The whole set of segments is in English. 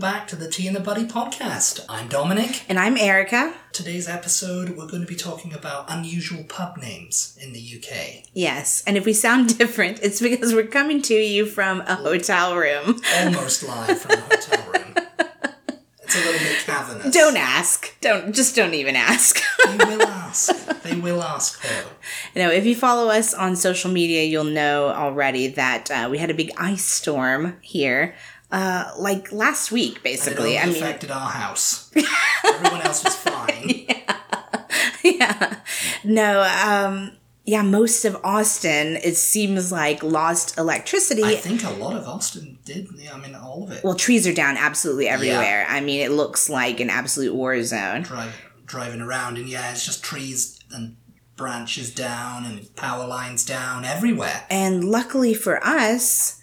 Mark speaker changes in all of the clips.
Speaker 1: back to the Tea and the Buddy podcast. I'm Dominic.
Speaker 2: And I'm Erica.
Speaker 1: Today's episode, we're going to be talking about unusual pub names in the UK.
Speaker 2: Yes. And if we sound different, it's because we're coming to you from a hotel room.
Speaker 1: Almost live from a hotel room. It's a little bit cavernous.
Speaker 2: Don't ask. Don't just don't even ask.
Speaker 1: They will ask. They will ask, though.
Speaker 2: you know, if you follow us on social media, you'll know already that uh, we had a big ice storm here, uh, like last week,
Speaker 1: And it only
Speaker 2: basically. I mean,
Speaker 1: affected our house. Everyone else was fine.
Speaker 2: yeah. No, um, yeah, most of Austin, it seems like lost electricity.
Speaker 1: I think a lot of Austin did. Yeah, I mean, all of it.
Speaker 2: well, trees are down absolutely everywhere. I mean, it looks like an absolute war zone.
Speaker 1: Drive, driving around, and yeah, it's just trees and branches down and power lines down everywhere.
Speaker 2: And luckily for us,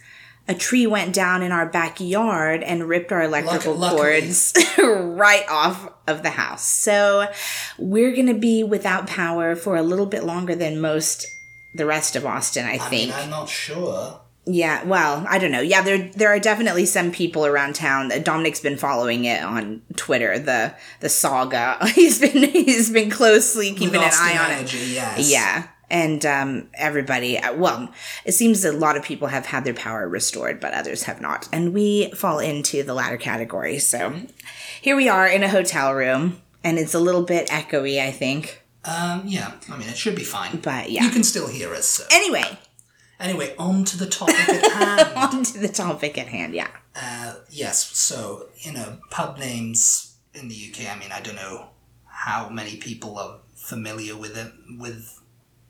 Speaker 2: a tree went down in our backyard and ripped our electrical
Speaker 1: Luck- luckily.
Speaker 2: cords right off of the house. So we're going to be without power for a little bit longer than most the rest of Austin, I
Speaker 1: I
Speaker 2: think.
Speaker 1: mean, I'm not sure.
Speaker 2: yeah, well, I don't know. Yeah, there there are definitely some people around town. Dominic's been following it on Twitter, the the saga. He's been he's been closely keeping an eye on it.
Speaker 1: energy, Yes.
Speaker 2: Yeah. And um, everybody, uh, well, it seems a lot of people have had their power restored, but others have not. And we fall into the latter category. So here we are in a hotel room, and it's a little bit echoey, I think.
Speaker 1: Um, yeah. I mean, it should be fine.
Speaker 2: But
Speaker 1: You
Speaker 2: yeah.
Speaker 1: can still hear us. So.
Speaker 2: Anyway,
Speaker 1: Anyway, on to the topic at hand.
Speaker 2: on to the topic at hand. Yeah.
Speaker 1: Uh, yes. So you know, pub names in the UK. I mean, I don't know how many people are familiar with it, with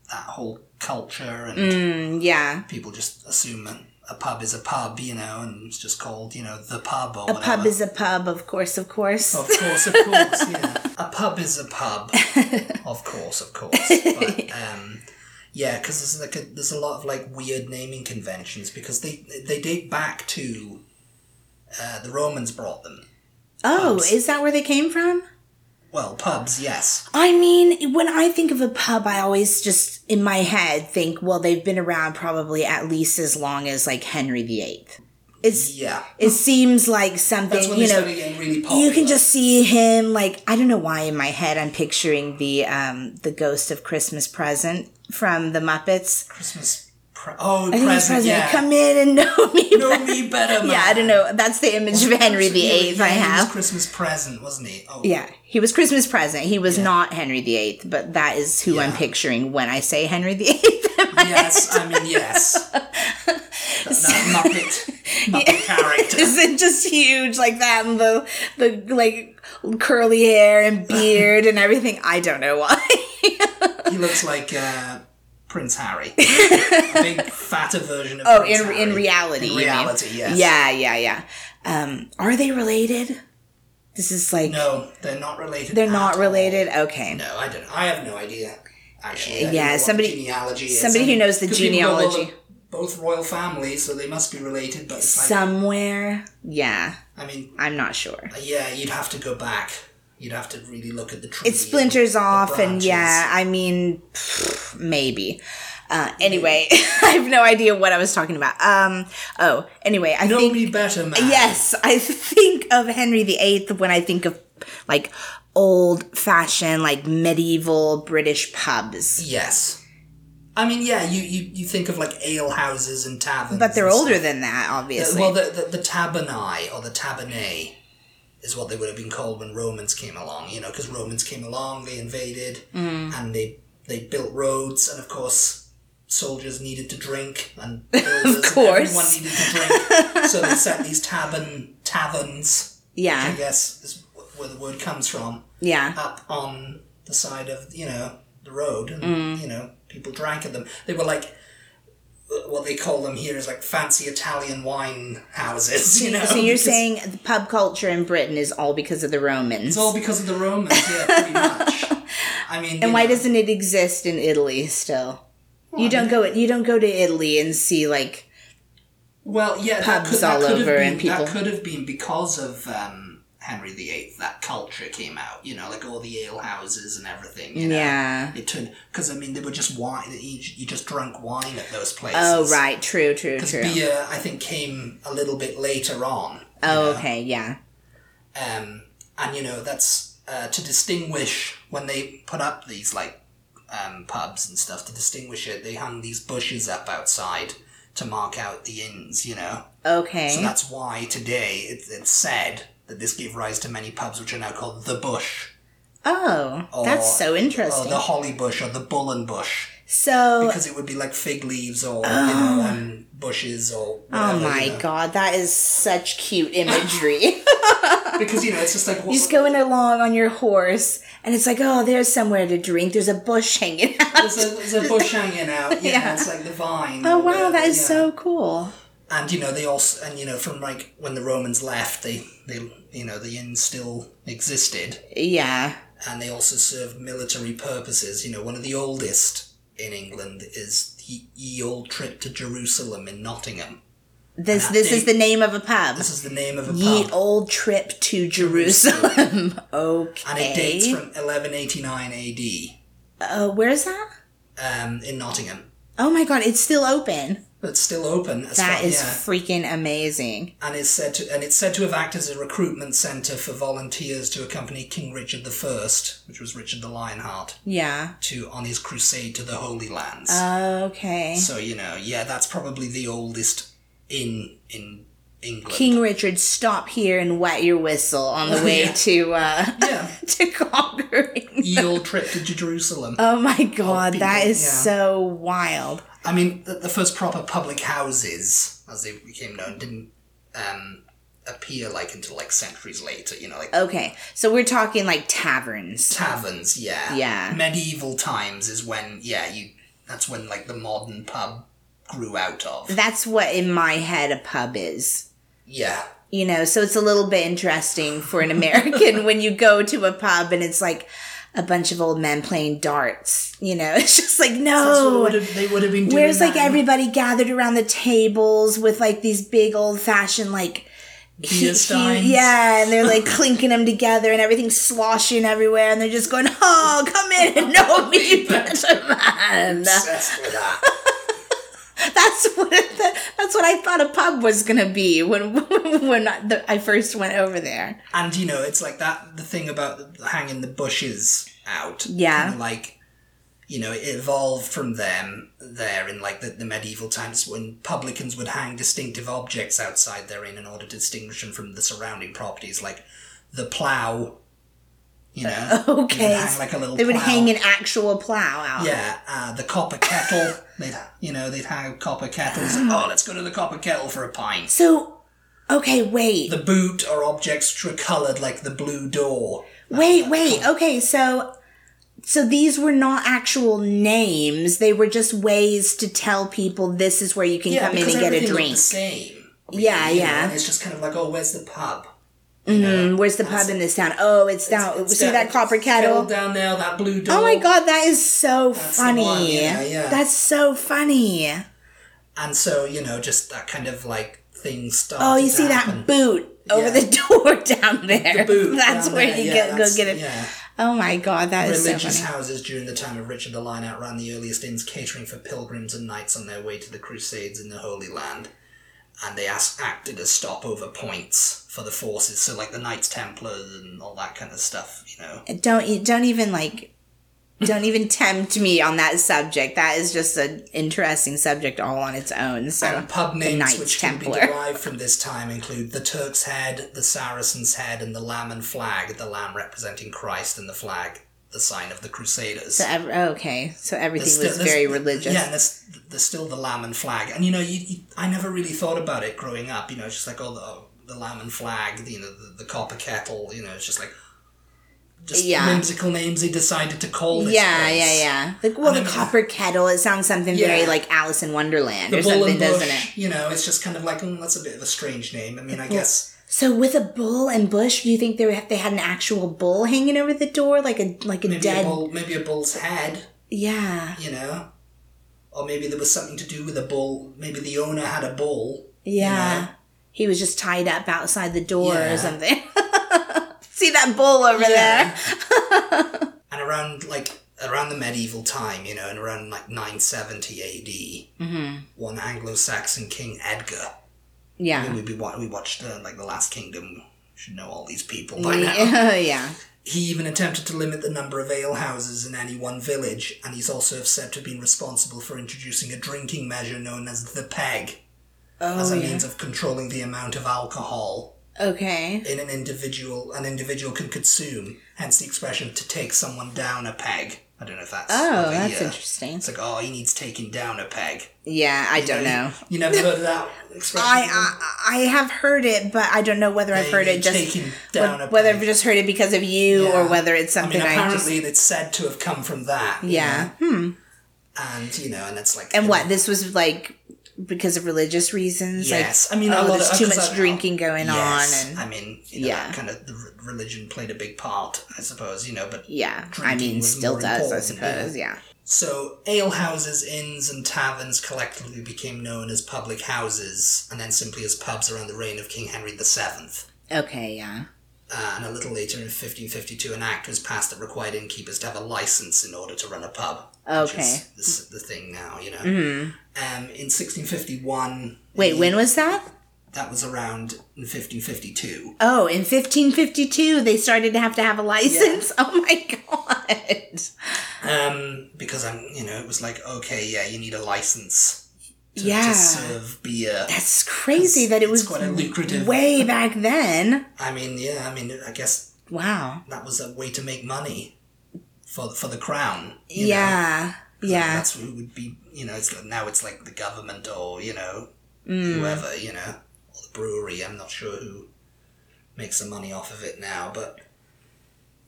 Speaker 1: that whole culture, and
Speaker 2: Mm, yeah.
Speaker 1: people just assume a, a pub is a pub, you know, and it's just called, you know, the pub or
Speaker 2: A
Speaker 1: whatever.
Speaker 2: pub is a pub, of course, of course.
Speaker 1: Of course, of course, yeah. A pub is a pub. Of course, of course. But, um, yeah, because there's like a, there's a lot of like weird naming conventions because they they date back to uh, the Romans brought them.
Speaker 2: Oh,
Speaker 1: pubs.
Speaker 2: is that where they came from?
Speaker 1: Well, pubs, yes.
Speaker 2: I mean, when I think of a pub, I always just in my head think, well, they've been around probably at least as long as like Henry VIII. It's
Speaker 1: Yeah,
Speaker 2: it seems like something
Speaker 1: that's when
Speaker 2: you
Speaker 1: they
Speaker 2: know.
Speaker 1: started getting really popular.
Speaker 2: You can just see him like I don't know why in my head I'm picturing the um the ghost of Christmas present from the Muppets.
Speaker 1: Christmas. Pre- oh,
Speaker 2: I think it's
Speaker 1: present.
Speaker 2: present.
Speaker 1: Yeah.
Speaker 2: Come in and know me.
Speaker 1: know me better. Man.
Speaker 2: yeah, I don't know. That's the image of Henry
Speaker 1: Yeah,
Speaker 2: VIII
Speaker 1: yeah,
Speaker 2: I
Speaker 1: he was
Speaker 2: have.
Speaker 1: Christmas present, wasn't he? Oh,
Speaker 2: Yeah, he was Christmas present. He was not Henry VIII, but that is who I'm
Speaker 1: Yeah.
Speaker 2: picturing when I say Henry VIII.
Speaker 1: Yes, I mean yes. That, that Muppet, Muppet character.
Speaker 2: is it just huge like that and the the like curly hair and beard and everything? I don't know why.
Speaker 1: He looks like uh, Prince Harry, a big fatter version of.
Speaker 2: Oh,
Speaker 1: Prince
Speaker 2: in
Speaker 1: Harry.
Speaker 2: in reality,
Speaker 1: In
Speaker 2: you mean.
Speaker 1: reality, yes.
Speaker 2: Yeah, yeah, yeah. Um, are they related? This is like
Speaker 1: No, they're not related.
Speaker 2: they're
Speaker 1: at
Speaker 2: not
Speaker 1: all.
Speaker 2: related. Okay,
Speaker 1: No, I don't. I have no idea. Actually, I don't
Speaker 2: Yeah,
Speaker 1: know what
Speaker 2: somebody-
Speaker 1: the genealogy. Is.
Speaker 2: somebody who knows the
Speaker 1: 'cause people go, well,
Speaker 2: genealogy.
Speaker 1: Both royal families, so they must be related. But it's like,
Speaker 2: somewhere. Yeah,
Speaker 1: I mean,
Speaker 2: I'm not sure.
Speaker 1: yeah, you'd have to go back. You'd have to really look at the tree.
Speaker 2: It splinters off, and
Speaker 1: branches.
Speaker 2: yeah, I mean, pfft, maybe. Uh, anyway, I have no idea what I was talking about. Um, oh, anyway, I
Speaker 1: Know
Speaker 2: think
Speaker 1: me better, man.
Speaker 2: Yes, I think of Henry VIII when I think of like old fashioned, like medieval British pubs.
Speaker 1: Yes. I mean, yeah, you, you, you think of like ale houses and taverns.
Speaker 2: But they're
Speaker 1: and
Speaker 2: older
Speaker 1: stuff.
Speaker 2: than that, obviously.
Speaker 1: Well, the, the, the tabernae or the tabernae is what they would have been called when Romans came along, you know, because Romans came along, they invaded,
Speaker 2: Mm.
Speaker 1: and they, they built roads, and of course, soldiers needed to drink, and builders, and
Speaker 2: course.
Speaker 1: everyone needed to drink. so they set these tavern, taverns, I
Speaker 2: yeah,
Speaker 1: guess is wh- where the word comes from
Speaker 2: yeah.
Speaker 1: up on the side of you know the road, and
Speaker 2: Mm.
Speaker 1: you know people drank at them. They were like what they call them here is like fancy Italian wine houses. You know,
Speaker 2: So you're
Speaker 1: um, because
Speaker 2: saying the pub culture in Britain is all because of the Romans.
Speaker 1: it's all because of the Romans, yeah, pretty much. I mean,
Speaker 2: and why doesn't it exist in Italy still? you don't go you don't go to Italy and see like
Speaker 1: well, yeah, that
Speaker 2: pubs
Speaker 1: could, that
Speaker 2: all
Speaker 1: could have
Speaker 2: over
Speaker 1: been,
Speaker 2: and people-
Speaker 1: that could have been because of. Um, Henry VIII, that culture came out, you know, like all the ale houses and everything. You know?
Speaker 2: Yeah.
Speaker 1: it turned because I mean they were just wine. You, you just drank wine at those places.
Speaker 2: Oh right, true, true,
Speaker 1: Because
Speaker 2: true.
Speaker 1: beer, I think, came a little bit later on.
Speaker 2: Oh okay, yeah.
Speaker 1: Um, and you know that's uh, to distinguish when they put up these like um, pubs and stuff to distinguish it. They hung these bushes up outside to mark out the inns. You know,
Speaker 2: Okay.
Speaker 1: so that's why today it, it's said that this gave rise to many pubs which are now called the Bush
Speaker 2: oh,
Speaker 1: or
Speaker 2: that's so
Speaker 1: or
Speaker 2: interesting.
Speaker 1: the Holly Bush or the Bullen Bush
Speaker 2: so,
Speaker 1: because it would be like fig leaves or you know um, bushes or whatever,
Speaker 2: Ah. oh my
Speaker 1: you know.
Speaker 2: god, that is such cute imagery.
Speaker 1: because you know it's just like
Speaker 2: Just going along on your horse, and it's like, oh, there's somewhere to drink. There's a bush hanging out.
Speaker 1: there's, a, there's a bush hanging out yeah, it's like the vine
Speaker 2: Oh wow, that is so cool.
Speaker 1: and you know they also and you know from like when the Romans left they they you know the inn still existed
Speaker 2: Yeah.
Speaker 1: and they also served military purposes you know one of the oldest in England is the ye old trip to Jerusalem in Nottingham
Speaker 2: This this is the name of a pub.
Speaker 1: this is the name of a
Speaker 2: Ye
Speaker 1: pub
Speaker 2: old trip to Jerusalem. okay.
Speaker 1: and it dates from 1189 AD
Speaker 2: Uh, where's that?
Speaker 1: um, in Nottingham
Speaker 2: Oh my god, it's still open.
Speaker 1: But it's still open. As
Speaker 2: That
Speaker 1: far,
Speaker 2: is
Speaker 1: yeah.
Speaker 2: freaking amazing.
Speaker 1: and it's said to and it's said to have acted as a recruitment centre for volunteers to accompany King Richard I, which was Richard the Lionheart,
Speaker 2: Yeah.
Speaker 1: to on his crusade to the Holy Lands.
Speaker 2: Uh. Okay.
Speaker 1: so you know, yeah, that's probably the oldest in in England.
Speaker 2: King Richard, stop here and wet your whistle on the way
Speaker 1: Yeah.
Speaker 2: to uh
Speaker 1: yeah,
Speaker 2: to conquering.
Speaker 1: ye old trip to Jerusalem.
Speaker 2: Oh my god, that
Speaker 1: people,
Speaker 2: is
Speaker 1: yeah.
Speaker 2: so wild.
Speaker 1: I mean, the, the first proper public houses, as they became known, didn't um, appear like until like centuries later. You know, like
Speaker 2: Okay. So we're talking like taverns.
Speaker 1: taverns yeah
Speaker 2: Yeah.
Speaker 1: medieval times is when yeah you that's when like the modern pub grew out of
Speaker 2: That's what in my head a pub is.
Speaker 1: yeah
Speaker 2: you know so it's a little bit interesting for an american when you go to a pub and it's like a bunch of old men playing darts you know it's just like
Speaker 1: That's what
Speaker 2: no
Speaker 1: would've- they would have been doing
Speaker 2: Oh, where's like
Speaker 1: that in
Speaker 2: everybody gathered around the tables with like these big old fashioned like he-
Speaker 1: beer
Speaker 2: he-
Speaker 1: steins.
Speaker 2: yeah and they're like clinking them together and everything's sloshing everywhere and they're just going oh come in and know me better man
Speaker 1: obsessed with that
Speaker 2: that's what it, that's what i thought a pub was gonna be when when I, the, I first went over there
Speaker 1: and you know it's like that the thing about hanging the bushes out
Speaker 2: Yeah.
Speaker 1: kinda like you know it evolved from them there in like the, the medieval times when publicans would hang distinctive objects outside their inn in order to distinguish them from the surrounding properties like the plough you know They would
Speaker 2: Okay.
Speaker 1: hang like a little
Speaker 2: They would
Speaker 1: plow.
Speaker 2: hang an actual plow out.
Speaker 1: Yeah, uh, the copper kettle. they'd, you know, they'd hang copper kettles. oh, let's go to the copper kettle for a pint.
Speaker 2: So, okay, wait.
Speaker 1: The boot or objects which were coloured like the blue door.
Speaker 2: wait, wait. Okay, so so these were not actual names. They were just ways to tell people this is where you can come in
Speaker 1: because
Speaker 2: and get a
Speaker 1: everything looked
Speaker 2: drink.
Speaker 1: The same.
Speaker 2: Yeah,
Speaker 1: You know,
Speaker 2: yeah.
Speaker 1: and it's just kind of like, oh, where's the pub?
Speaker 2: Mm, where's the pub in this town? Oh, it's down.
Speaker 1: It's
Speaker 2: see
Speaker 1: down-
Speaker 2: that copper kettle?
Speaker 1: down there, that blue door.
Speaker 2: Oh my god, that is so
Speaker 1: the one,
Speaker 2: funny.
Speaker 1: yeah, yeah.
Speaker 2: That's so funny.
Speaker 1: And so you know, just that kind of like thing started.
Speaker 2: Oh, you
Speaker 1: to
Speaker 2: see
Speaker 1: happen.
Speaker 2: that boot over
Speaker 1: Yeah.
Speaker 2: the door down
Speaker 1: The
Speaker 2: there.
Speaker 1: boot.
Speaker 2: that's
Speaker 1: down
Speaker 2: where
Speaker 1: there,
Speaker 2: you
Speaker 1: yeah,
Speaker 2: get, go
Speaker 1: that's-
Speaker 2: get it.
Speaker 1: Yeah.
Speaker 2: Oh my god, that is so funny.
Speaker 1: Religious houses during the time of Richard the Lionheart ran the earliest inns catering for pilgrims and knights on their way to the Crusades in the Holy Land, and they as- acted as stopover points for the forces. So, like the Knights Templar and all that kind of stuff, you know.
Speaker 2: don't e- don't even like don't even tempt me on that subject that is just an interesting subject all on its own so
Speaker 1: And pub names
Speaker 2: Knights
Speaker 1: which
Speaker 2: Templar.
Speaker 1: can be derived from this time include the Turk's Head, the Saracen's Head, and the Lamb and Flag. The lamb representing Christ, and the flag, the sign of the Crusaders.
Speaker 2: so ev- okay so everything
Speaker 1: There's
Speaker 2: was
Speaker 1: still- there's-
Speaker 2: very religious
Speaker 1: Yeah, and there's, there's still the lamb and flag, and you know, you, you, I never really thought about it growing up. You know, it's just like oh, the, oh, the lamb and flag, you know, the, the copper kettle. You know, it's just like just
Speaker 2: Yeah.
Speaker 1: whimsical names they decided to call this.
Speaker 2: yeah,
Speaker 1: place.
Speaker 2: yeah, yeah. Like, well, the
Speaker 1: then-
Speaker 2: copper kettle, it sounds something
Speaker 1: Yeah.
Speaker 2: very like Alice in Wonderland
Speaker 1: The
Speaker 2: or
Speaker 1: bull
Speaker 2: something,
Speaker 1: and
Speaker 2: doesn't
Speaker 1: bush.
Speaker 2: it?
Speaker 1: You know, it's just kind of like mm, that's a bit of a strange name. I mean, I guess
Speaker 2: So, with a bull and bush, do you think they were, they had an actual bull hanging over the door, like a like a
Speaker 1: maybe
Speaker 2: dead?
Speaker 1: a bull, maybe a bull's head.
Speaker 2: Yeah,
Speaker 1: You know, or maybe there was something to do with a bull. Maybe the owner had a bull.
Speaker 2: yeah.
Speaker 1: know?
Speaker 2: He was just tied up outside the door or
Speaker 1: Yeah.
Speaker 2: something. See that bull over there?
Speaker 1: and around like around the medieval time, you know, and around like 970 AD,
Speaker 2: Mm-hmm.
Speaker 1: one Anglo-Saxon king Edgar,
Speaker 2: Yeah.
Speaker 1: we we, wa- we watched uh, like the Last Kingdom should know all these people by now.
Speaker 2: yeah, yeah.
Speaker 1: He even attempted to limit the number of ale houses in any one village, and he's also said to have been responsible for introducing a drinking measure known as the peg as
Speaker 2: Oh,
Speaker 1: a
Speaker 2: yeah.
Speaker 1: means of controlling the amount of alcohol
Speaker 2: Okay.
Speaker 1: in an individual an individual can consume. Hence the expression "to take someone down a peg." I don't know if that's
Speaker 2: Oh,
Speaker 1: over
Speaker 2: that's
Speaker 1: here.
Speaker 2: interesting.
Speaker 1: It's like oh, he needs taking down a peg.
Speaker 2: Yeah, I don't know.
Speaker 1: You never heard of that expression?
Speaker 2: I, I I have heard it, but I don't know whether I've
Speaker 1: They
Speaker 2: heard it
Speaker 1: need
Speaker 2: just
Speaker 1: taking down
Speaker 2: whe-
Speaker 1: a
Speaker 2: whether
Speaker 1: peg.
Speaker 2: I've just heard it because of you or
Speaker 1: Yeah.
Speaker 2: whether it's
Speaker 1: I mean,
Speaker 2: something I, just
Speaker 1: apparently it's said to have come from that. you
Speaker 2: yeah. hmm.
Speaker 1: know? and you know, and it's like
Speaker 2: And what this was like because of religious reasons.
Speaker 1: Yes,
Speaker 2: like,
Speaker 1: I mean, a
Speaker 2: oh,
Speaker 1: lot
Speaker 2: there's
Speaker 1: of-
Speaker 2: too
Speaker 1: 'cause
Speaker 2: much
Speaker 1: I-
Speaker 2: drinking going
Speaker 1: yes,
Speaker 2: on, and
Speaker 1: I mean, you know,
Speaker 2: Yeah.
Speaker 1: that kind of the re- religion played a big part, I suppose. You know, but
Speaker 2: yeah, I
Speaker 1: drinking
Speaker 2: mean,
Speaker 1: was
Speaker 2: still
Speaker 1: more
Speaker 2: does, I
Speaker 1: important, yeah.
Speaker 2: suppose. Yeah.
Speaker 1: So, alehouses, inns, and taverns collectively became known as public houses, and then simply as pubs around the reign of King Henry VII.
Speaker 2: Okay. Yeah.
Speaker 1: Uh, and a little later, in 1552, an act was passed that required innkeepers to have a license in order to run a pub. Which
Speaker 2: Okay. Mm-hmm.
Speaker 1: is the, s- the thing now, you know. Um, in 1651,
Speaker 2: Wait,
Speaker 1: the-
Speaker 2: when was that?
Speaker 1: that was around in 1552.
Speaker 2: Oh, in 1552, they started to have to have a license. Oh my god.
Speaker 1: Um, because I'm, you know, it was like, okay, yeah, you need a license to,
Speaker 2: Yeah.
Speaker 1: to serve beer.
Speaker 2: That's crazy that it
Speaker 1: It's
Speaker 2: was
Speaker 1: quite a lucrative-
Speaker 2: way back then.
Speaker 1: I mean, yeah, I mean, I guess
Speaker 2: Wow.
Speaker 1: that was a way to make money for for the crown. you know?
Speaker 2: yeah. Yeah.
Speaker 1: that's who would be. You know, it's like- now it's like the government or you know
Speaker 2: Mm.
Speaker 1: whoever you know or the brewery. I'm not sure who makes the money off of it now, but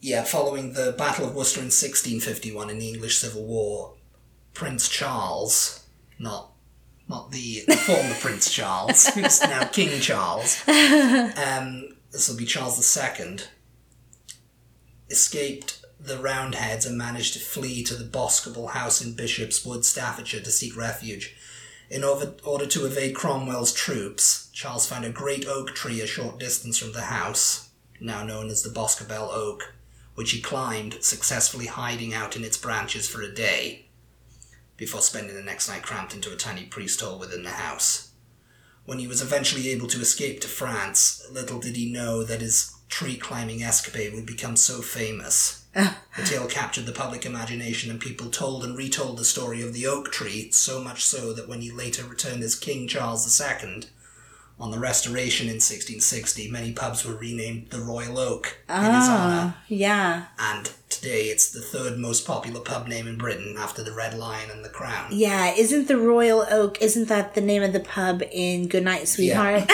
Speaker 1: yeah, following the Battle of Worcester in 1651 in the English Civil War, Prince Charles, not not the the former Prince Charles, who's now King Charles. Um, this will be Charles II. Escaped the Roundheads and managed to flee to the Boscobel House in Bishop's Wood, Staffordshire, to seek refuge. In order, order to evade Cromwell's troops, Charles found a great oak tree a short distance from the house, now known as the Boscobel Oak, which he climbed, successfully hiding out in its branches for a day, before spending the next night cramped into a tiny priest hole within the house. When he was eventually able to escape to France, little did he know that his tree climbing escapade would become so famous. the tale captured the public imagination, and people told and retold the story of the oak tree, so much so that when he later returned as King Charles II, on the Restoration in 1660, many pubs were renamed the Royal Oak in his honour,
Speaker 2: Oh, yeah.
Speaker 1: and today it's the third most popular pub name in Britain after the Red Lion and the Crown.
Speaker 2: Yeah. Isn't the Royal Oak, isn't that the name of the pub in Goodnight, Sweetheart?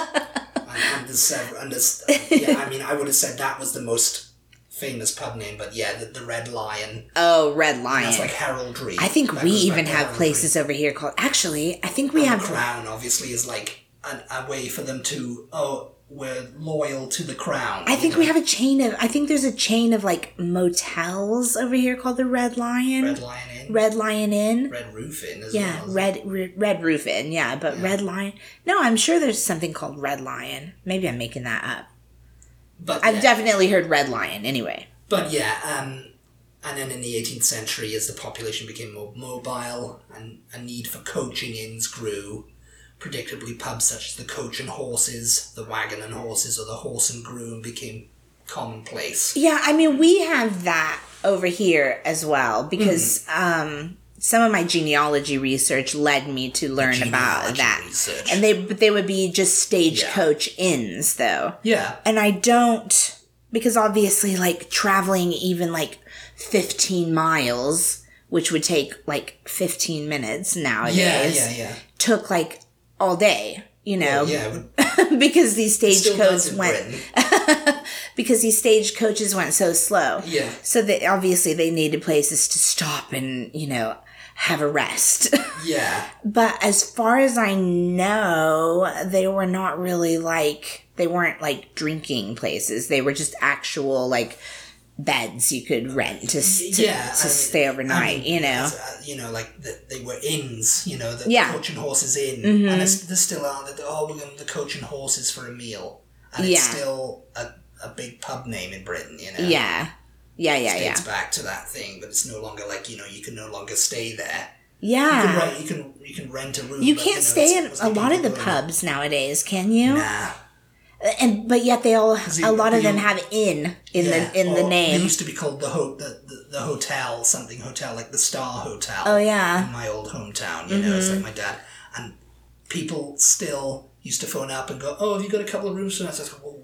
Speaker 1: And there's several, and there's, yeah, I mean, I would have said that was the most famous pub name, but yeah, the, the Red Lion.
Speaker 2: oh, Red Lion.
Speaker 1: That's like heraldry.
Speaker 2: I think
Speaker 1: That
Speaker 2: we
Speaker 1: goes back
Speaker 2: even
Speaker 1: to
Speaker 2: have
Speaker 1: heraldry.
Speaker 2: places over here called. Actually, I think we
Speaker 1: The
Speaker 2: have.
Speaker 1: crown, obviously, is like an, a way for them to, oh, we're loyal to the crown.
Speaker 2: I think we have a chain of. I think there's a chain of like motels over here called the Red Lion,
Speaker 1: Red
Speaker 2: Red,
Speaker 1: Lion Inn, Red,
Speaker 2: Lion Inn.
Speaker 1: Roof Inn as
Speaker 2: yeah,
Speaker 1: well.
Speaker 2: Red Red Red Roof Inn. Yeah, but Red Lion. No, I'm sure there's something called Red Lion. Maybe I'm making that up.
Speaker 1: But
Speaker 2: I've
Speaker 1: yeah,
Speaker 2: definitely heard Red Lion anyway.
Speaker 1: But yeah, um, and then in the 18th century, as the population became more mobile and a need for coaching inns grew, predictably pubs such as the Coach and Horses, the Wagon and Horses, or the Horse and Groom became commonplace.
Speaker 2: Yeah, I mean we have that over here as well because
Speaker 1: Mm-hmm.
Speaker 2: um, some of my genealogy research led me to learn about
Speaker 1: Genealogy
Speaker 2: that.
Speaker 1: research.
Speaker 2: And they but they would be just stagecoach inns though.
Speaker 1: yeah,
Speaker 2: and I don't because obviously like traveling even like 15 miles which would take like 15 minutes nowadays
Speaker 1: yeah, yeah, yeah.
Speaker 2: took like all day you know
Speaker 1: Yeah, it would-
Speaker 2: because these
Speaker 1: still does
Speaker 2: stagecoaches
Speaker 1: in
Speaker 2: went
Speaker 1: Britain.
Speaker 2: because these stagecoaches went so slow
Speaker 1: Yeah.
Speaker 2: so that obviously they needed places to stop and you know have a rest
Speaker 1: Yeah,
Speaker 2: But as far as I know, they were not really like they weren't like drinking places. They were just actual like beds you could rent to s- to,
Speaker 1: Yeah, I
Speaker 2: to
Speaker 1: mean-
Speaker 2: stay overnight.
Speaker 1: I mean,
Speaker 2: you know,
Speaker 1: as, uh, you know, like the, they were inns, you know, the
Speaker 2: Yeah. Mm-hmm.
Speaker 1: coach and horses inn, and there's, there still are that. Oh, we're going to the coach and horses for a meal, and it's
Speaker 2: Yeah.
Speaker 1: still a, a big pub name in Britain, you know.
Speaker 2: yeah, yeah, yeah, yeah,
Speaker 1: It's back to that thing, but it's no longer like you know you can no longer stay there. You can
Speaker 2: yeah.
Speaker 1: rent, you can you can rent a room.
Speaker 2: You
Speaker 1: but,
Speaker 2: can't
Speaker 1: know,
Speaker 2: stay
Speaker 1: it's-
Speaker 2: in
Speaker 1: it's
Speaker 2: a
Speaker 1: like
Speaker 2: lot of the
Speaker 1: people going,
Speaker 2: pubs nowadays, can you?
Speaker 1: Nah,
Speaker 2: and but yet they all
Speaker 1: Is it-
Speaker 2: a lot of them
Speaker 1: you-
Speaker 2: have in in
Speaker 1: Yeah,
Speaker 2: the in the
Speaker 1: or It
Speaker 2: name.
Speaker 1: used to be called the, ho- the, the the hotel something hotel, like the Star Hotel.
Speaker 2: Oh yeah. Mm-hmm.
Speaker 1: in my old hometown. You know, it's like my dad and people still used to phone up and go, "Oh, have you got a couple of rooms for us?" I said, well,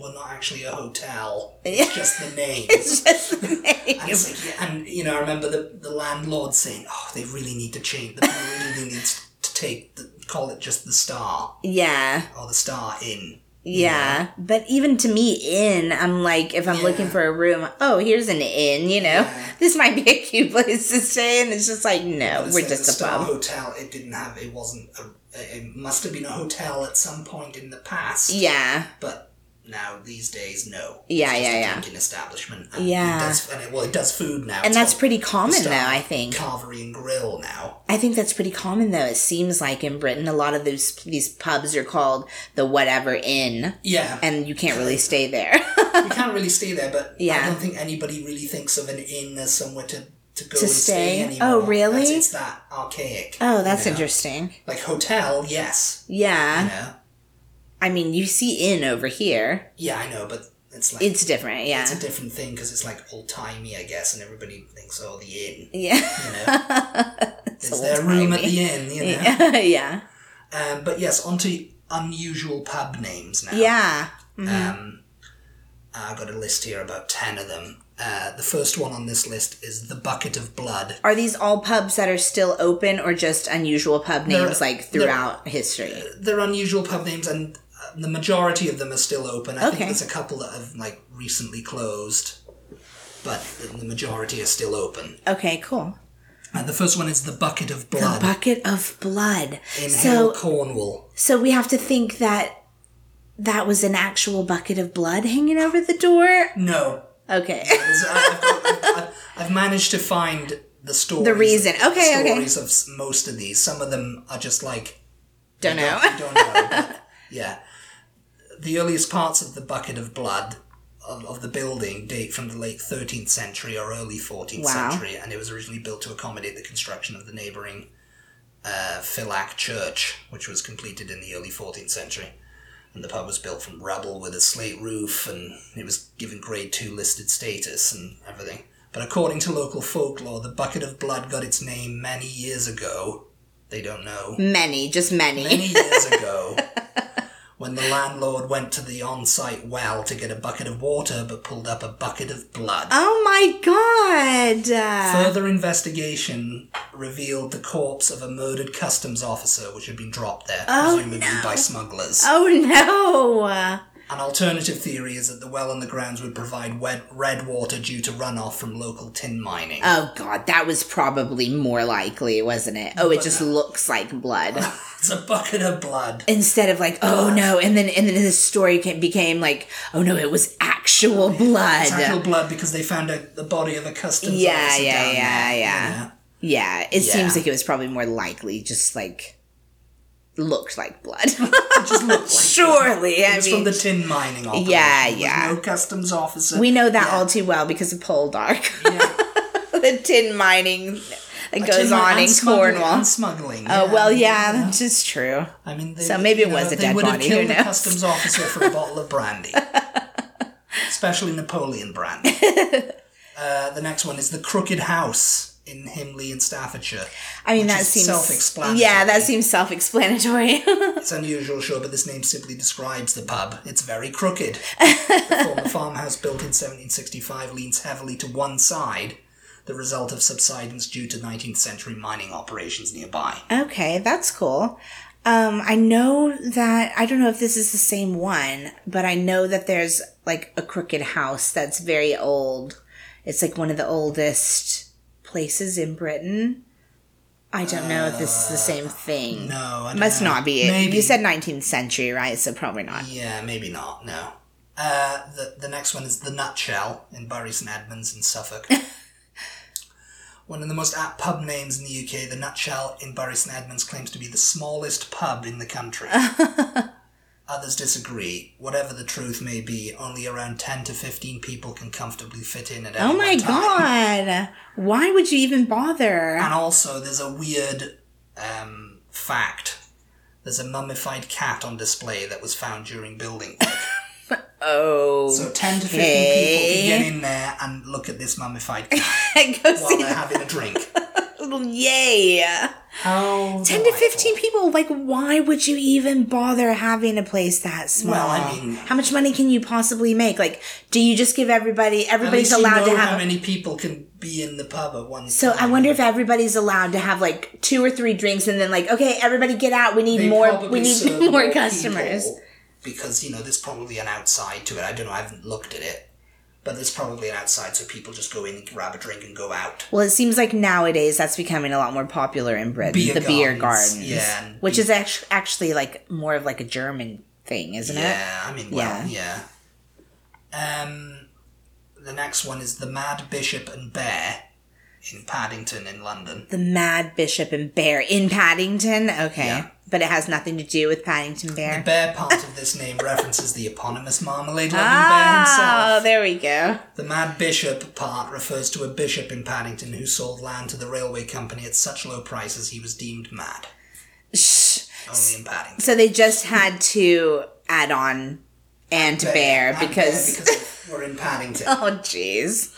Speaker 1: "We're not actually a hotel. It's just the name."
Speaker 2: It's just the name.
Speaker 1: And, it's like, yeah, and you know, I remember the, the landlord saying, "Oh, they really need to change. The they really needs to take the, call it just the Star
Speaker 2: Yeah.
Speaker 1: or the Star Inn."
Speaker 2: Yeah. But even to me, in, I'm like, if I'm looking for a room, oh, here's an inn, you know? This might be a cute place to stay. And it's just like, no,
Speaker 1: It's
Speaker 2: we're
Speaker 1: like the
Speaker 2: just a
Speaker 1: Star
Speaker 2: pub.
Speaker 1: Hotel. It didn't have. It wasn't. A, it must have been a hotel at some point in the past.
Speaker 2: Yeah.
Speaker 1: But now these days, no.
Speaker 2: Yeah,
Speaker 1: It's just
Speaker 2: yeah,
Speaker 1: a
Speaker 2: yeah.
Speaker 1: Drinking establishment. And
Speaker 2: Yeah.
Speaker 1: It does, and it, well, it does food now.
Speaker 2: And that's pretty common, though, I think.
Speaker 1: Carvery and Grill now.
Speaker 2: I think that's pretty common, though. It seems like in Britain, a lot of those these pubs are called the whatever inn,
Speaker 1: Yeah,
Speaker 2: and you can't really stay there.
Speaker 1: you can't really stay there, but
Speaker 2: Yeah.
Speaker 1: I don't think anybody really thinks of an inn as somewhere to, to go
Speaker 2: To
Speaker 1: and stay.
Speaker 2: stay?
Speaker 1: anymore.
Speaker 2: Oh,
Speaker 1: That's,
Speaker 2: really?
Speaker 1: it's that archaic.
Speaker 2: oh, that's
Speaker 1: you know?
Speaker 2: interesting.
Speaker 1: Like hotel, yes.
Speaker 2: Yeah.
Speaker 1: You know?
Speaker 2: I mean, you see inn over here.
Speaker 1: Yeah, I know, but it's like
Speaker 2: It's different, yeah.
Speaker 1: it's a different thing because it's like old timey, I guess, and everybody thinks, oh, the inn.
Speaker 2: yeah.
Speaker 1: You know, it's their room at the inn. You know.
Speaker 2: yeah.
Speaker 1: Um, but yes, onto unusual pub names now.
Speaker 2: Yeah.
Speaker 1: Um, I've got a list here, about 10 of them. Uh, the first one on this list is The Bucket of Blood.
Speaker 2: Are these all pubs that are still open or just unusual pub names
Speaker 1: They're-
Speaker 2: like throughout history?
Speaker 1: They're unusual pub names, and uh, the majority of them are still open. I
Speaker 2: Okay.
Speaker 1: think there's a couple that have, like, recently closed, but the- the majority are still open.
Speaker 2: Okay, cool.
Speaker 1: And the first one is The Bucket of Blood
Speaker 2: Bucket of blood.
Speaker 1: in Hale,
Speaker 2: so
Speaker 1: Cornwall.
Speaker 2: so we have to think that that was an actual bucket of blood hanging over the door.
Speaker 1: No.
Speaker 2: Okay.
Speaker 1: There's- I- I've, got- I've- I've- I've managed to find the stories.
Speaker 2: The reason. Okay, okay.
Speaker 1: Stories of s- most of these. Some of them are just like
Speaker 2: Don't know.
Speaker 1: I don't know. but, yeah. The earliest parts of the bucket of blood of, of the building date from the late 13th century or early 14th
Speaker 2: Wow.
Speaker 1: century, and it was originally built to accommodate the construction of the neighbouring uh, Philac Church, which was completed in the early 14th century. And the pub was built from rubble with a slate roof, and it was given Grade 2 listed status and everything. But according to local folklore, the bucket of blood got its name many years ago. They don't know
Speaker 2: Many, just many.
Speaker 1: many years ago when the landlord went to the on site well to get a bucket of water but pulled up a bucket of blood.
Speaker 2: Oh my god. Uh,
Speaker 1: Further investigation revealed the corpse of a murdered customs officer which had been dropped there, presumably by smugglers.
Speaker 2: oh no. Uh,
Speaker 1: An alternative theory is that the well and the grounds would provide wet, red water due to runoff from local tin mining.
Speaker 2: Oh god, that was probably more likely, wasn't it? Oh, it just looks like blood.
Speaker 1: it's a bucket of blood.
Speaker 2: Instead of like, oh no, and then and then this story ca- became like, oh no, it was actual blood.
Speaker 1: It's actual blood because they found a, the body of a customs
Speaker 2: Yeah,
Speaker 1: officer
Speaker 2: yeah,
Speaker 1: down
Speaker 2: yeah,
Speaker 1: there, you
Speaker 2: yeah.
Speaker 1: know?
Speaker 2: Yeah, it seems
Speaker 1: Yeah.
Speaker 2: like it was probably more likely, just like looked like blood.
Speaker 1: It just looked like
Speaker 2: Surely, I
Speaker 1: It's
Speaker 2: mean,
Speaker 1: from the tin mining operation.
Speaker 2: Yeah,
Speaker 1: with
Speaker 2: yeah.
Speaker 1: No customs officer.
Speaker 2: we know that all too well because of Poldark. the tin mining that goes
Speaker 1: Tin mi-
Speaker 2: on
Speaker 1: and
Speaker 2: in
Speaker 1: smuggling-
Speaker 2: Cornwall.
Speaker 1: and smuggling.
Speaker 2: Oh
Speaker 1: yeah.
Speaker 2: well, yeah, that's just true.
Speaker 1: I mean, they,
Speaker 2: So maybe it
Speaker 1: you
Speaker 2: was
Speaker 1: know,
Speaker 2: a
Speaker 1: they
Speaker 2: dead
Speaker 1: would have
Speaker 2: body, who
Speaker 1: killed the
Speaker 2: knows?
Speaker 1: customs officer for a bottle of brandy, especially Napoleon brandy. uh, the next one is the Crooked House in Himley in Staffordshire.
Speaker 2: I mean,
Speaker 1: Which
Speaker 2: that
Speaker 1: is
Speaker 2: seems
Speaker 1: self-explanatory.
Speaker 2: Yeah, that seems self-explanatory.
Speaker 1: It's unusual, sure, but this name simply describes the pub. It's very crooked. the former farmhouse built in 1765 leans heavily to one side, the result of subsidence due to 19th century mining operations nearby.
Speaker 2: Okay, that's cool. Um, I know that I don't know if this is the same one, but I know that there's like a crooked house that's very old. It's like one of the oldest places in Britain. I don't know if this is the same thing.
Speaker 1: Uh, No, I don't
Speaker 2: must
Speaker 1: know.
Speaker 2: not be it.
Speaker 1: Maybe.
Speaker 2: You said 19th century, right? So probably not.
Speaker 1: Yeah, maybe not, no. Uh, the, the next one is The Nutshell in Bury St Edmunds in Suffolk. one of the most apt pub names in the UK, The Nutshell in Bury St Edmunds claims to be the smallest pub in the country. Others disagree. Whatever the truth may be, only around 10 to 15 people can comfortably fit in at any
Speaker 2: Oh my
Speaker 1: one time.
Speaker 2: god! Why would you even bother?
Speaker 1: And also, there's a weird um, fact There's a mummified cat on display that was found during building work.
Speaker 2: Oh.
Speaker 1: So 10 to 15 people can get in there and look at this mummified cat
Speaker 2: Go
Speaker 1: while
Speaker 2: see
Speaker 1: they're having a drink.
Speaker 2: them. Yay.
Speaker 1: How
Speaker 2: 10 to 15 people. Like, why would you even bother having a place that small?
Speaker 1: Well, I mean-
Speaker 2: how much money can you possibly make? Like, do you just give everybody,
Speaker 1: At
Speaker 2: everybody's
Speaker 1: least you
Speaker 2: allowed
Speaker 1: know
Speaker 2: to have.
Speaker 1: how many people can be in the pub at once.
Speaker 2: so I wonder if everybody's allowed to have like two or three drinks and then like, okay, everybody get out. We need more. We need more customers.
Speaker 1: Because, you know, there's probably an outside to it. I don't know, I haven't looked at it. But there's probably an outside, so people just go in, grab a drink, and go out.
Speaker 2: Well, it seems like nowadays that's becoming a lot more popular in Britain.
Speaker 1: Beer
Speaker 2: the beer
Speaker 1: gardens,
Speaker 2: gardens,
Speaker 1: yeah, and
Speaker 2: which is actually, actually like more of like a German thing, isn't it?
Speaker 1: Yeah, I mean, well, yeah.
Speaker 2: Yeah.
Speaker 1: Um, the next one is the Mad Bishop and Bear in Paddington in London.
Speaker 2: The Mad Bishop and Bear in Paddington. Okay, but it has nothing to do with Paddington Bear.
Speaker 1: Bear part of this name references the eponymous marmalade loving bear
Speaker 2: Oh,
Speaker 1: himself.
Speaker 2: there we go.
Speaker 1: The Mad Bishop part refers to a bishop in Paddington who sold land to the railway company at such low prices he was deemed mad.
Speaker 2: Shh.
Speaker 1: Only in Paddington.
Speaker 2: So they just had to add on and bear
Speaker 1: And
Speaker 2: because.
Speaker 1: because we're in Paddington.
Speaker 2: Oh jeez.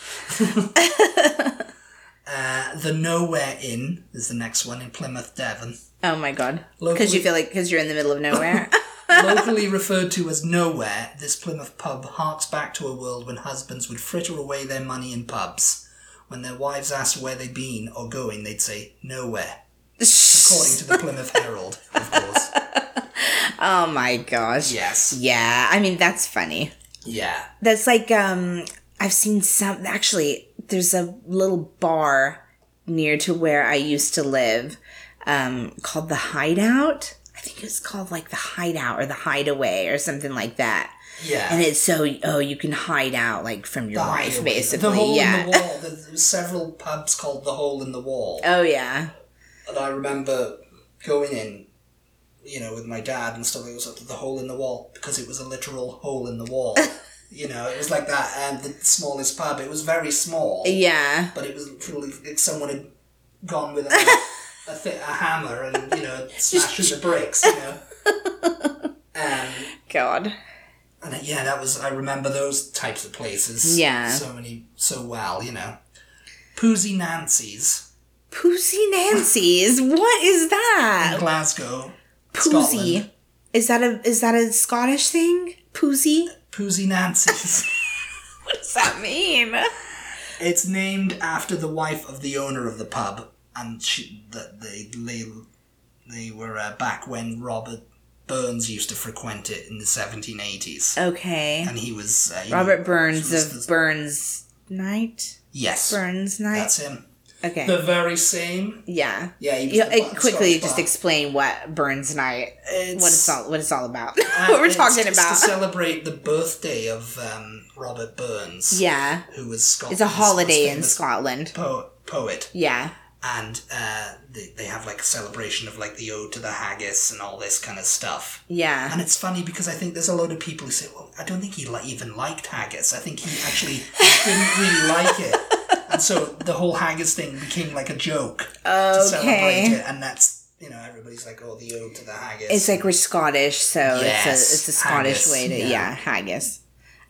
Speaker 1: Uh, the Nowhere Inn is the next one in Plymouth, Devon.
Speaker 2: Oh my god. Because
Speaker 1: Locally-
Speaker 2: you feel like because you're in the middle of nowhere.
Speaker 1: Locally referred to as Nowhere, this Plymouth pub harks back to a world when husbands would fritter away their money in pubs. When their wives asked where they'd been or going, they'd say, Nowhere. According to the Plymouth Herald, of course.
Speaker 2: oh my gosh.
Speaker 1: Yes.
Speaker 2: Yeah, I mean that's funny.
Speaker 1: Yeah.
Speaker 2: That's like um I've seen some actually there's a little bar near to where I used to live um called the Hideout. I think it was called like the Hideout or the Hideaway or something like that.
Speaker 1: Yeah.
Speaker 2: And it's so oh you can hide out like from your wife
Speaker 1: Hideaway.
Speaker 2: basically.
Speaker 1: The hole
Speaker 2: yeah.
Speaker 1: in the wall. There- There's several pubs called the hole in the wall,
Speaker 2: Oh yeah.
Speaker 1: and I remember going in, you know, with my dad and stuff. It was like the hole in the wall because it was a literal hole in the wall. you know, it was like that, and the smallest pub. It was very small,
Speaker 2: Yeah.
Speaker 1: but it was literally like someone had gone with a, a, thi- a hammer and you know smashed the bricks. You know. Um,
Speaker 2: God.
Speaker 1: And uh, yeah, that was I remember those types of places.
Speaker 2: Yeah.
Speaker 1: So many so well, you know. Poozy Nancy's
Speaker 2: Poosy Nancy's. what is
Speaker 1: in
Speaker 2: that?
Speaker 1: Glasgow. Scotland.
Speaker 2: Poosy. Is that a is that a Scottish thing? Poosy?
Speaker 1: Poozy Nancy's.
Speaker 2: What does that mean?
Speaker 1: it's named after the wife of the owner of the pub, and she that they they, they were uh, back when Robert Burns used to frequent it in the seventeen eighties,
Speaker 2: Okay.
Speaker 1: and he was uh, you know,
Speaker 2: Robert Burns
Speaker 1: he was
Speaker 2: of
Speaker 1: the-
Speaker 2: Burns Night?
Speaker 1: yes,
Speaker 2: Burns Night?
Speaker 1: that's him.
Speaker 2: Okay.
Speaker 1: The very same.
Speaker 2: yeah.
Speaker 1: Yeah, he was
Speaker 2: You-
Speaker 1: the
Speaker 2: uh,
Speaker 1: bu-
Speaker 2: quickly
Speaker 1: Scottish
Speaker 2: just
Speaker 1: bar.
Speaker 2: explain what Burns Night
Speaker 1: It's-
Speaker 2: what it's all what it's all about.
Speaker 1: Uh,
Speaker 2: what we're
Speaker 1: it's-
Speaker 2: talking
Speaker 1: it's
Speaker 2: about.
Speaker 1: to celebrate the birthday of um, Robert Burns,
Speaker 2: yeah.
Speaker 1: who was Scotland's
Speaker 2: It's a holiday
Speaker 1: most
Speaker 2: in
Speaker 1: famous
Speaker 2: Scotland.
Speaker 1: po- poet,
Speaker 2: Yeah.
Speaker 1: and uh, they, they have like a celebration of like the ode to the haggis and all this kind of stuff.
Speaker 2: Yeah.
Speaker 1: And it's funny because I think there's a load of people who say, "Well, I don't think he li- even liked haggis. I think he actually didn't really like it." And so the whole haggis thing became like a joke to celebrate
Speaker 2: Okay.
Speaker 1: it, and that's you know everybody's like, "Oh, the ode to the haggis."
Speaker 2: It's like we're Scottish, so
Speaker 1: Yes,
Speaker 2: it's a it's a Scottish
Speaker 1: haggis,
Speaker 2: way to
Speaker 1: yeah.
Speaker 2: yeah. haggis.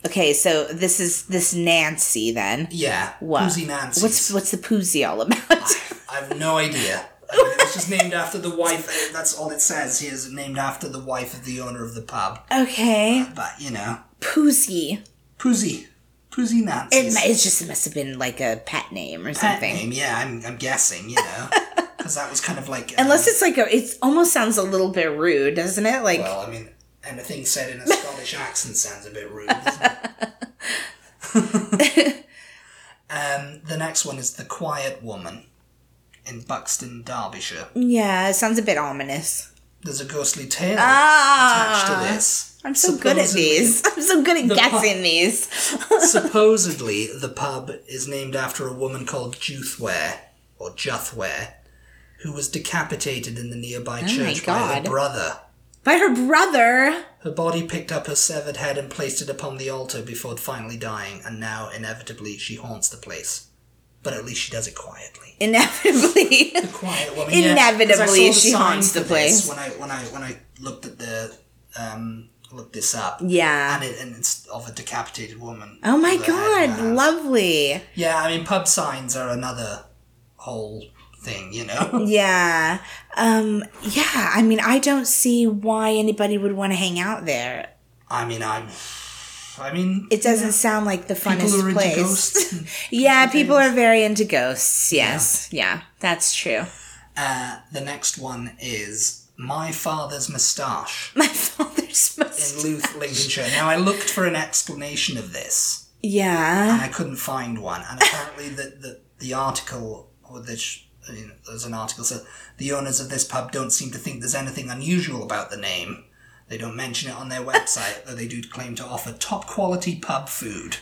Speaker 2: Okay, so this is this Nancy then.
Speaker 1: yeah,
Speaker 2: What?
Speaker 1: Who's Nancy's?
Speaker 2: What's what's the poozy all about?
Speaker 1: I have no idea. I mean, it's just named after the wife. That's all it says. He is named after the wife of the owner of the pub.
Speaker 2: Okay,
Speaker 1: But you know,
Speaker 2: poozy.
Speaker 1: Poozy, Poozy
Speaker 2: It
Speaker 1: Nancy's
Speaker 2: ma- it's just it must have been like a pet name or
Speaker 1: pet
Speaker 2: something.
Speaker 1: name. Yeah, I'm, I'm guessing. You know, because that was kind of like um,
Speaker 2: Unless it's like a, it almost sounds a little bit rude, doesn't it? Like
Speaker 1: well, I mean, anything said in a Scottish accent sounds a bit rude. Doesn't it? um, the next one is the Quiet Woman in Buxton, Derbyshire.
Speaker 2: yeah, it sounds a bit ominous.
Speaker 1: There's a ghostly tale attached to
Speaker 2: Ah,
Speaker 1: this.
Speaker 2: I'm so good at
Speaker 1: Supposedly-
Speaker 2: these. I'm so good at
Speaker 1: pop-
Speaker 2: guessing these.
Speaker 1: Supposedly, the pub is named after a woman called Juthware, or Juthware, who was decapitated in the nearby church by her
Speaker 2: Oh God.
Speaker 1: brother.
Speaker 2: By her brother.
Speaker 1: Her body picked up her severed head and placed it upon the altar before finally dying, and now, inevitably, she haunts the place. but at least she does it quietly.
Speaker 2: Inevitably.
Speaker 1: The quiet woman.
Speaker 2: Inevitably,
Speaker 1: yeah, 'cause I saw the
Speaker 2: she
Speaker 1: signs
Speaker 2: haunts
Speaker 1: for
Speaker 2: the
Speaker 1: this
Speaker 2: place.
Speaker 1: When I when I when I looked at the um looked this up,
Speaker 2: yeah.
Speaker 1: and it and it's of a decapitated woman.
Speaker 2: Oh my
Speaker 1: with a head in
Speaker 2: god,
Speaker 1: her hand.
Speaker 2: lovely.
Speaker 1: Yeah, I mean pub signs are another whole thing, you know.
Speaker 2: Yeah. Um yeah, I mean I don't see why anybody would want to hang out there.
Speaker 1: I mean, I'm. I mean,
Speaker 2: It doesn't sound like the
Speaker 1: people who
Speaker 2: funnest
Speaker 1: are into
Speaker 2: place.
Speaker 1: ghosts. and-
Speaker 2: yeah, people are very into ghosts. Yes. Yeah, that's true.
Speaker 1: Uh, the next one is my father's moustache
Speaker 2: My father's
Speaker 1: in
Speaker 2: most
Speaker 1: Luth, Lincolnshire. Now I looked for an explanation of this.
Speaker 2: Yeah.
Speaker 1: and I couldn't find one. And apparently, the the, the article or the sh- I mean, there's an article said the owners of this pub don't seem to think there's anything unusual about the name. They don't mention it on their website, though they do claim to offer top quality pub food.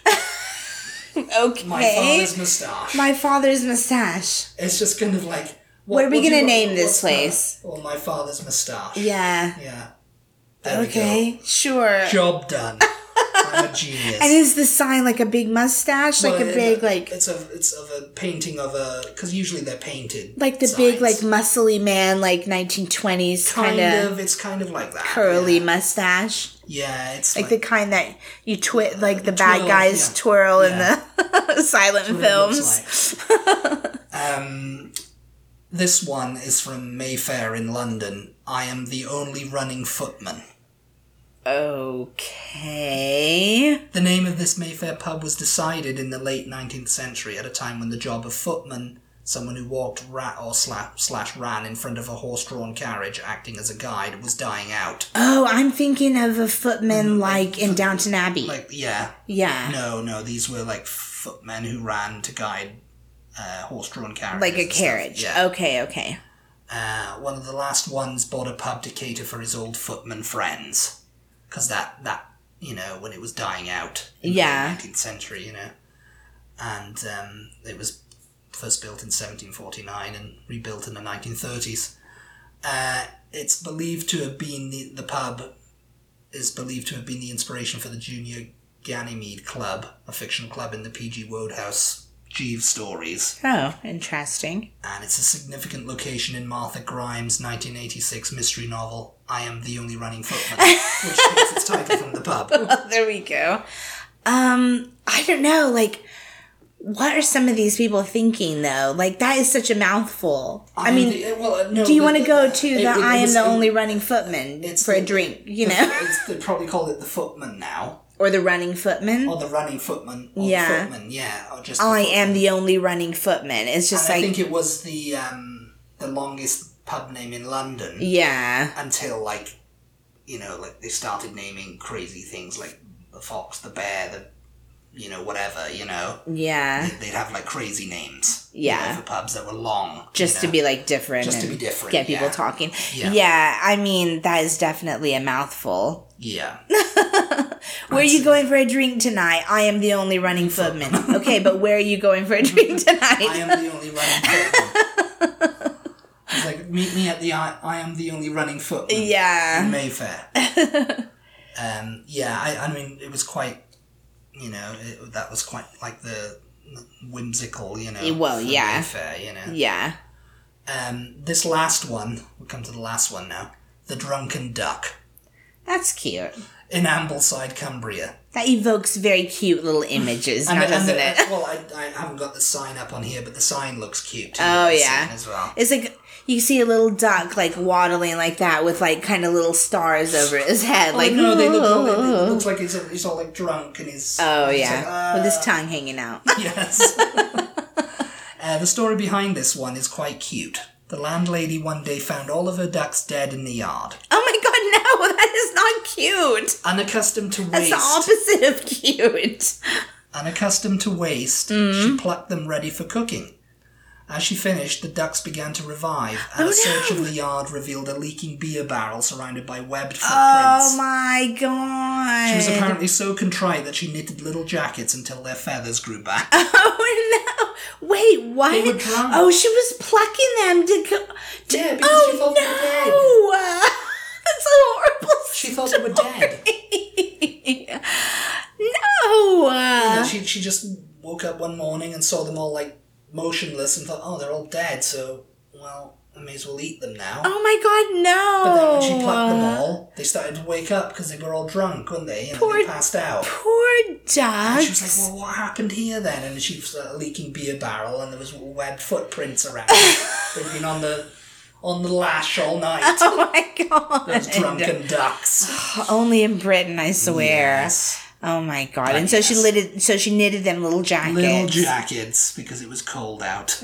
Speaker 2: Okay.
Speaker 1: My father's moustache.
Speaker 2: My father's mustache.
Speaker 1: it's just kind of like.
Speaker 2: What are we
Speaker 1: do
Speaker 2: gonna
Speaker 1: you-
Speaker 2: name this
Speaker 1: what's
Speaker 2: place?
Speaker 1: that? Or my father's moustache.
Speaker 2: Yeah.
Speaker 1: Yeah. There we
Speaker 2: okay. Sure.
Speaker 1: go. Job done. I'm a genius.
Speaker 2: And is the sign like a big mustache, like
Speaker 1: Well,
Speaker 2: a
Speaker 1: it-
Speaker 2: big like
Speaker 1: it's of it's of a painting of a because usually they're painted
Speaker 2: like the
Speaker 1: signs.
Speaker 2: big like muscly man like 1920s
Speaker 1: kind
Speaker 2: kind
Speaker 1: of
Speaker 2: of
Speaker 1: it's kind of like that
Speaker 2: curly
Speaker 1: yeah,
Speaker 2: mustache,
Speaker 1: yeah it's
Speaker 2: like
Speaker 1: like,
Speaker 2: the kind that you twit like the bad
Speaker 1: twirl,
Speaker 2: guys
Speaker 1: yeah.
Speaker 2: twirl
Speaker 1: Yeah.
Speaker 2: in the silent
Speaker 1: what it looks
Speaker 2: films.
Speaker 1: like. um, this one is from Mayfair in London. I am the only running footman.
Speaker 2: Okay.
Speaker 1: The name of this Mayfair pub was decided in the late 19th century at a time when the job of footman, someone who walked rat or slap, slash ran in front of a horse-drawn carriage acting as a guide, was dying out.
Speaker 2: Oh, I'm thinking of a footman like in Downton Abbey.
Speaker 1: Mm-hmm. Like, yeah,
Speaker 2: yeah.
Speaker 1: No, no, these were like footmen who ran to guide uh, horse-drawn carriages.
Speaker 2: Like a
Speaker 1: and stuff.
Speaker 2: carriage.
Speaker 1: Yeah.
Speaker 2: Okay, okay.
Speaker 1: Uh, one of the last ones bought a pub to cater for his old footman friends, because that that you know when it was dying out. In
Speaker 2: Yeah.
Speaker 1: The nineteenth century, you know, and um, it was first built in 1749 and rebuilt in the 1930s. Uh, it's believed to have been the, the pub is believed to have been the inspiration for the Junior Ganymede Club, a fictional club in the P.G. Wodehouse Jeeves stories,
Speaker 2: Oh, interesting.
Speaker 1: and it's a significant location in Martha Grimes' 1986 mystery novel "I Am the Only Running Footman," which takes its title from the pub.
Speaker 2: Well, there we go. Um, I don't know, like what are some of these people thinking though? Like that is such a mouthful. I,
Speaker 1: am
Speaker 2: mean,
Speaker 1: the- well, uh, no,
Speaker 2: do you
Speaker 1: the-
Speaker 2: want to
Speaker 1: the-
Speaker 2: go to the
Speaker 1: it- it- it
Speaker 2: I am
Speaker 1: was-
Speaker 2: the
Speaker 1: it-
Speaker 2: only running footman
Speaker 1: it's
Speaker 2: for a
Speaker 1: the-
Speaker 2: drink, you
Speaker 1: the-
Speaker 2: know?
Speaker 1: it's- they probably call it the footman now.
Speaker 2: or the running footman?
Speaker 1: Or the running footman. Or
Speaker 2: Yeah.
Speaker 1: The footman, yeah. Or just the
Speaker 2: I am
Speaker 1: footman.
Speaker 2: the only running footman. It's just
Speaker 1: And I
Speaker 2: like
Speaker 1: think it was the um, the longest pub name in London
Speaker 2: yeah.
Speaker 1: until like you know like they started naming crazy things like the fox, the bear, the you know whatever you know
Speaker 2: Yeah.
Speaker 1: they'd have like crazy names you
Speaker 2: Yeah.
Speaker 1: know, for pubs that were long
Speaker 2: Just to be like different
Speaker 1: Just to
Speaker 2: and
Speaker 1: be different,
Speaker 2: get people
Speaker 1: yeah.
Speaker 2: talking.
Speaker 1: Yeah.
Speaker 2: yeah, I mean that is definitely a mouthful.
Speaker 1: yeah
Speaker 2: Where are you going for a drink tonight? I am the only running footman. Okay, but where are you going for a drink
Speaker 1: I
Speaker 2: tonight?
Speaker 1: am the only running footman. It's like meet me at the I, I am the only running footman. in
Speaker 2: Yeah.
Speaker 1: Mayfair. um, yeah, I, I mean, it was quite, you know, it, that was quite like the whimsical, you know.
Speaker 2: Well,
Speaker 1: for
Speaker 2: yeah.
Speaker 1: Mayfair, you know.
Speaker 2: Yeah.
Speaker 1: Um, this last one, we'll come to the last one now. The Drunken Duck
Speaker 2: That's cute.
Speaker 1: in Ambleside, Cumbria.
Speaker 2: That evokes very cute little images, now, doesn't
Speaker 1: the-
Speaker 2: it?
Speaker 1: uh, Well, I, I haven't got the sign up on here, but the sign looks cute. in
Speaker 2: Oh,
Speaker 1: the
Speaker 2: yeah.
Speaker 1: scene As well.
Speaker 2: It's like you see a little duck like waddling like that with like kind of little stars over his head. Like,
Speaker 1: Like, Oh, no, they look,
Speaker 2: "Ooh."
Speaker 1: it looks like he's, he's all like drunk and he's.
Speaker 2: Oh,
Speaker 1: he's
Speaker 2: yeah.
Speaker 1: like, "Ah."
Speaker 2: with his tongue hanging out.
Speaker 1: Yes. uh, the story behind this one is quite cute. The landlady one day found all of her ducks dead in the yard.
Speaker 2: oh my god, no, that is not cute.
Speaker 1: Unaccustomed to waste,
Speaker 2: That's the opposite of cute.
Speaker 1: unaccustomed to waste,
Speaker 2: Mm-hmm.
Speaker 1: she plucked them ready for cooking. As she finished, the ducks began to revive, and
Speaker 2: Oh,
Speaker 1: a search
Speaker 2: no.
Speaker 1: of the yard revealed a leaking beer barrel surrounded by webbed footprints.
Speaker 2: Oh my god.
Speaker 1: she was apparently so contrite that she knitted little jackets until their feathers grew back.
Speaker 2: Oh no! Wait, what?
Speaker 1: They were drunk.
Speaker 2: Oh, she was plucking them to go. To,
Speaker 1: Yeah, because
Speaker 2: oh
Speaker 1: she thought they were dead.
Speaker 2: no! That's a horrible.
Speaker 1: she thought they were dead.
Speaker 2: story. no.
Speaker 1: And she, she just woke up one morning and saw them all like motionless and thought, oh, they're all dead, so, well, I may as well eat them now.
Speaker 2: Oh my god, no!
Speaker 1: But then when she plucked them all, they started to wake up because they were all drunk, weren't they? And
Speaker 2: Poor-
Speaker 1: they passed out.
Speaker 2: Poor
Speaker 1: And she
Speaker 2: ducks.
Speaker 1: was like, well, what happened here then? And she was uh, leaking beer barrel and there was webbed footprints around. They'd been on the, on the lash all night.
Speaker 2: oh my god.
Speaker 1: Those drunken ducks.
Speaker 2: Only in Britain, I swear.
Speaker 1: Yes.
Speaker 2: Oh my god! and so she
Speaker 1: yes.
Speaker 2: knitted. So she knitted them little jackets.
Speaker 1: Little jackets because it was cold out.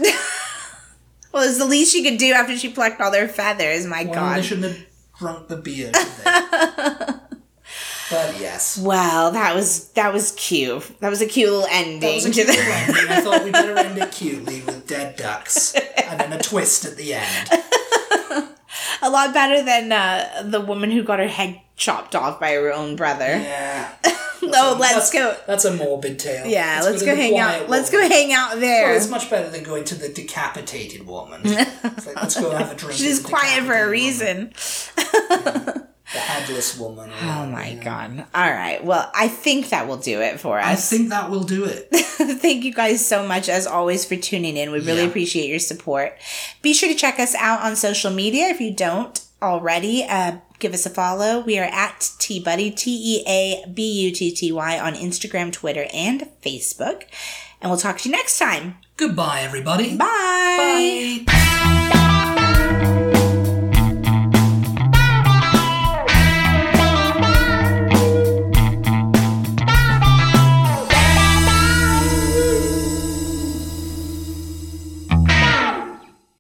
Speaker 2: well, it's the least she could do after she plucked all their feathers. My
Speaker 1: Well, they
Speaker 2: god!
Speaker 1: shouldn't have drunk the beer. should they? but yes.
Speaker 2: Well, that was that was cute. That was a cute little ending
Speaker 1: That was a
Speaker 2: to
Speaker 1: cute
Speaker 2: the.
Speaker 1: ending. I thought we'd better end it cutely with dead ducks and then a twist at the end.
Speaker 2: A lot better than uh, the woman who got her head chopped off by her own brother.
Speaker 1: Yeah.
Speaker 2: oh, let's go.
Speaker 1: That's a morbid tale.
Speaker 2: Yeah, let's, go,
Speaker 1: to the
Speaker 2: hang out.
Speaker 1: quiet
Speaker 2: Let's go
Speaker 1: woman.
Speaker 2: hang out there.
Speaker 1: Well, it's much better than going to the decapitated woman. It's like, let's go have a drink.
Speaker 2: She's
Speaker 1: with the
Speaker 2: quiet for
Speaker 1: decapitated
Speaker 2: a
Speaker 1: woman,
Speaker 2: reason.
Speaker 1: the headless woman.
Speaker 2: Oh my god! All right. Well, I think that will do it for
Speaker 1: I
Speaker 2: us.
Speaker 1: think that will do it.
Speaker 2: Thank you guys so much, as always, for tuning in. We really
Speaker 1: Yeah.
Speaker 2: appreciate your support. Be sure to check us out on social media if you don't already. Uh, give us a follow. We are at T Buddy, T E A B U T T Y, on Instagram, Twitter, and Facebook. And we'll talk to you next time.
Speaker 1: Goodbye, everybody.
Speaker 2: Bye.
Speaker 1: Bye.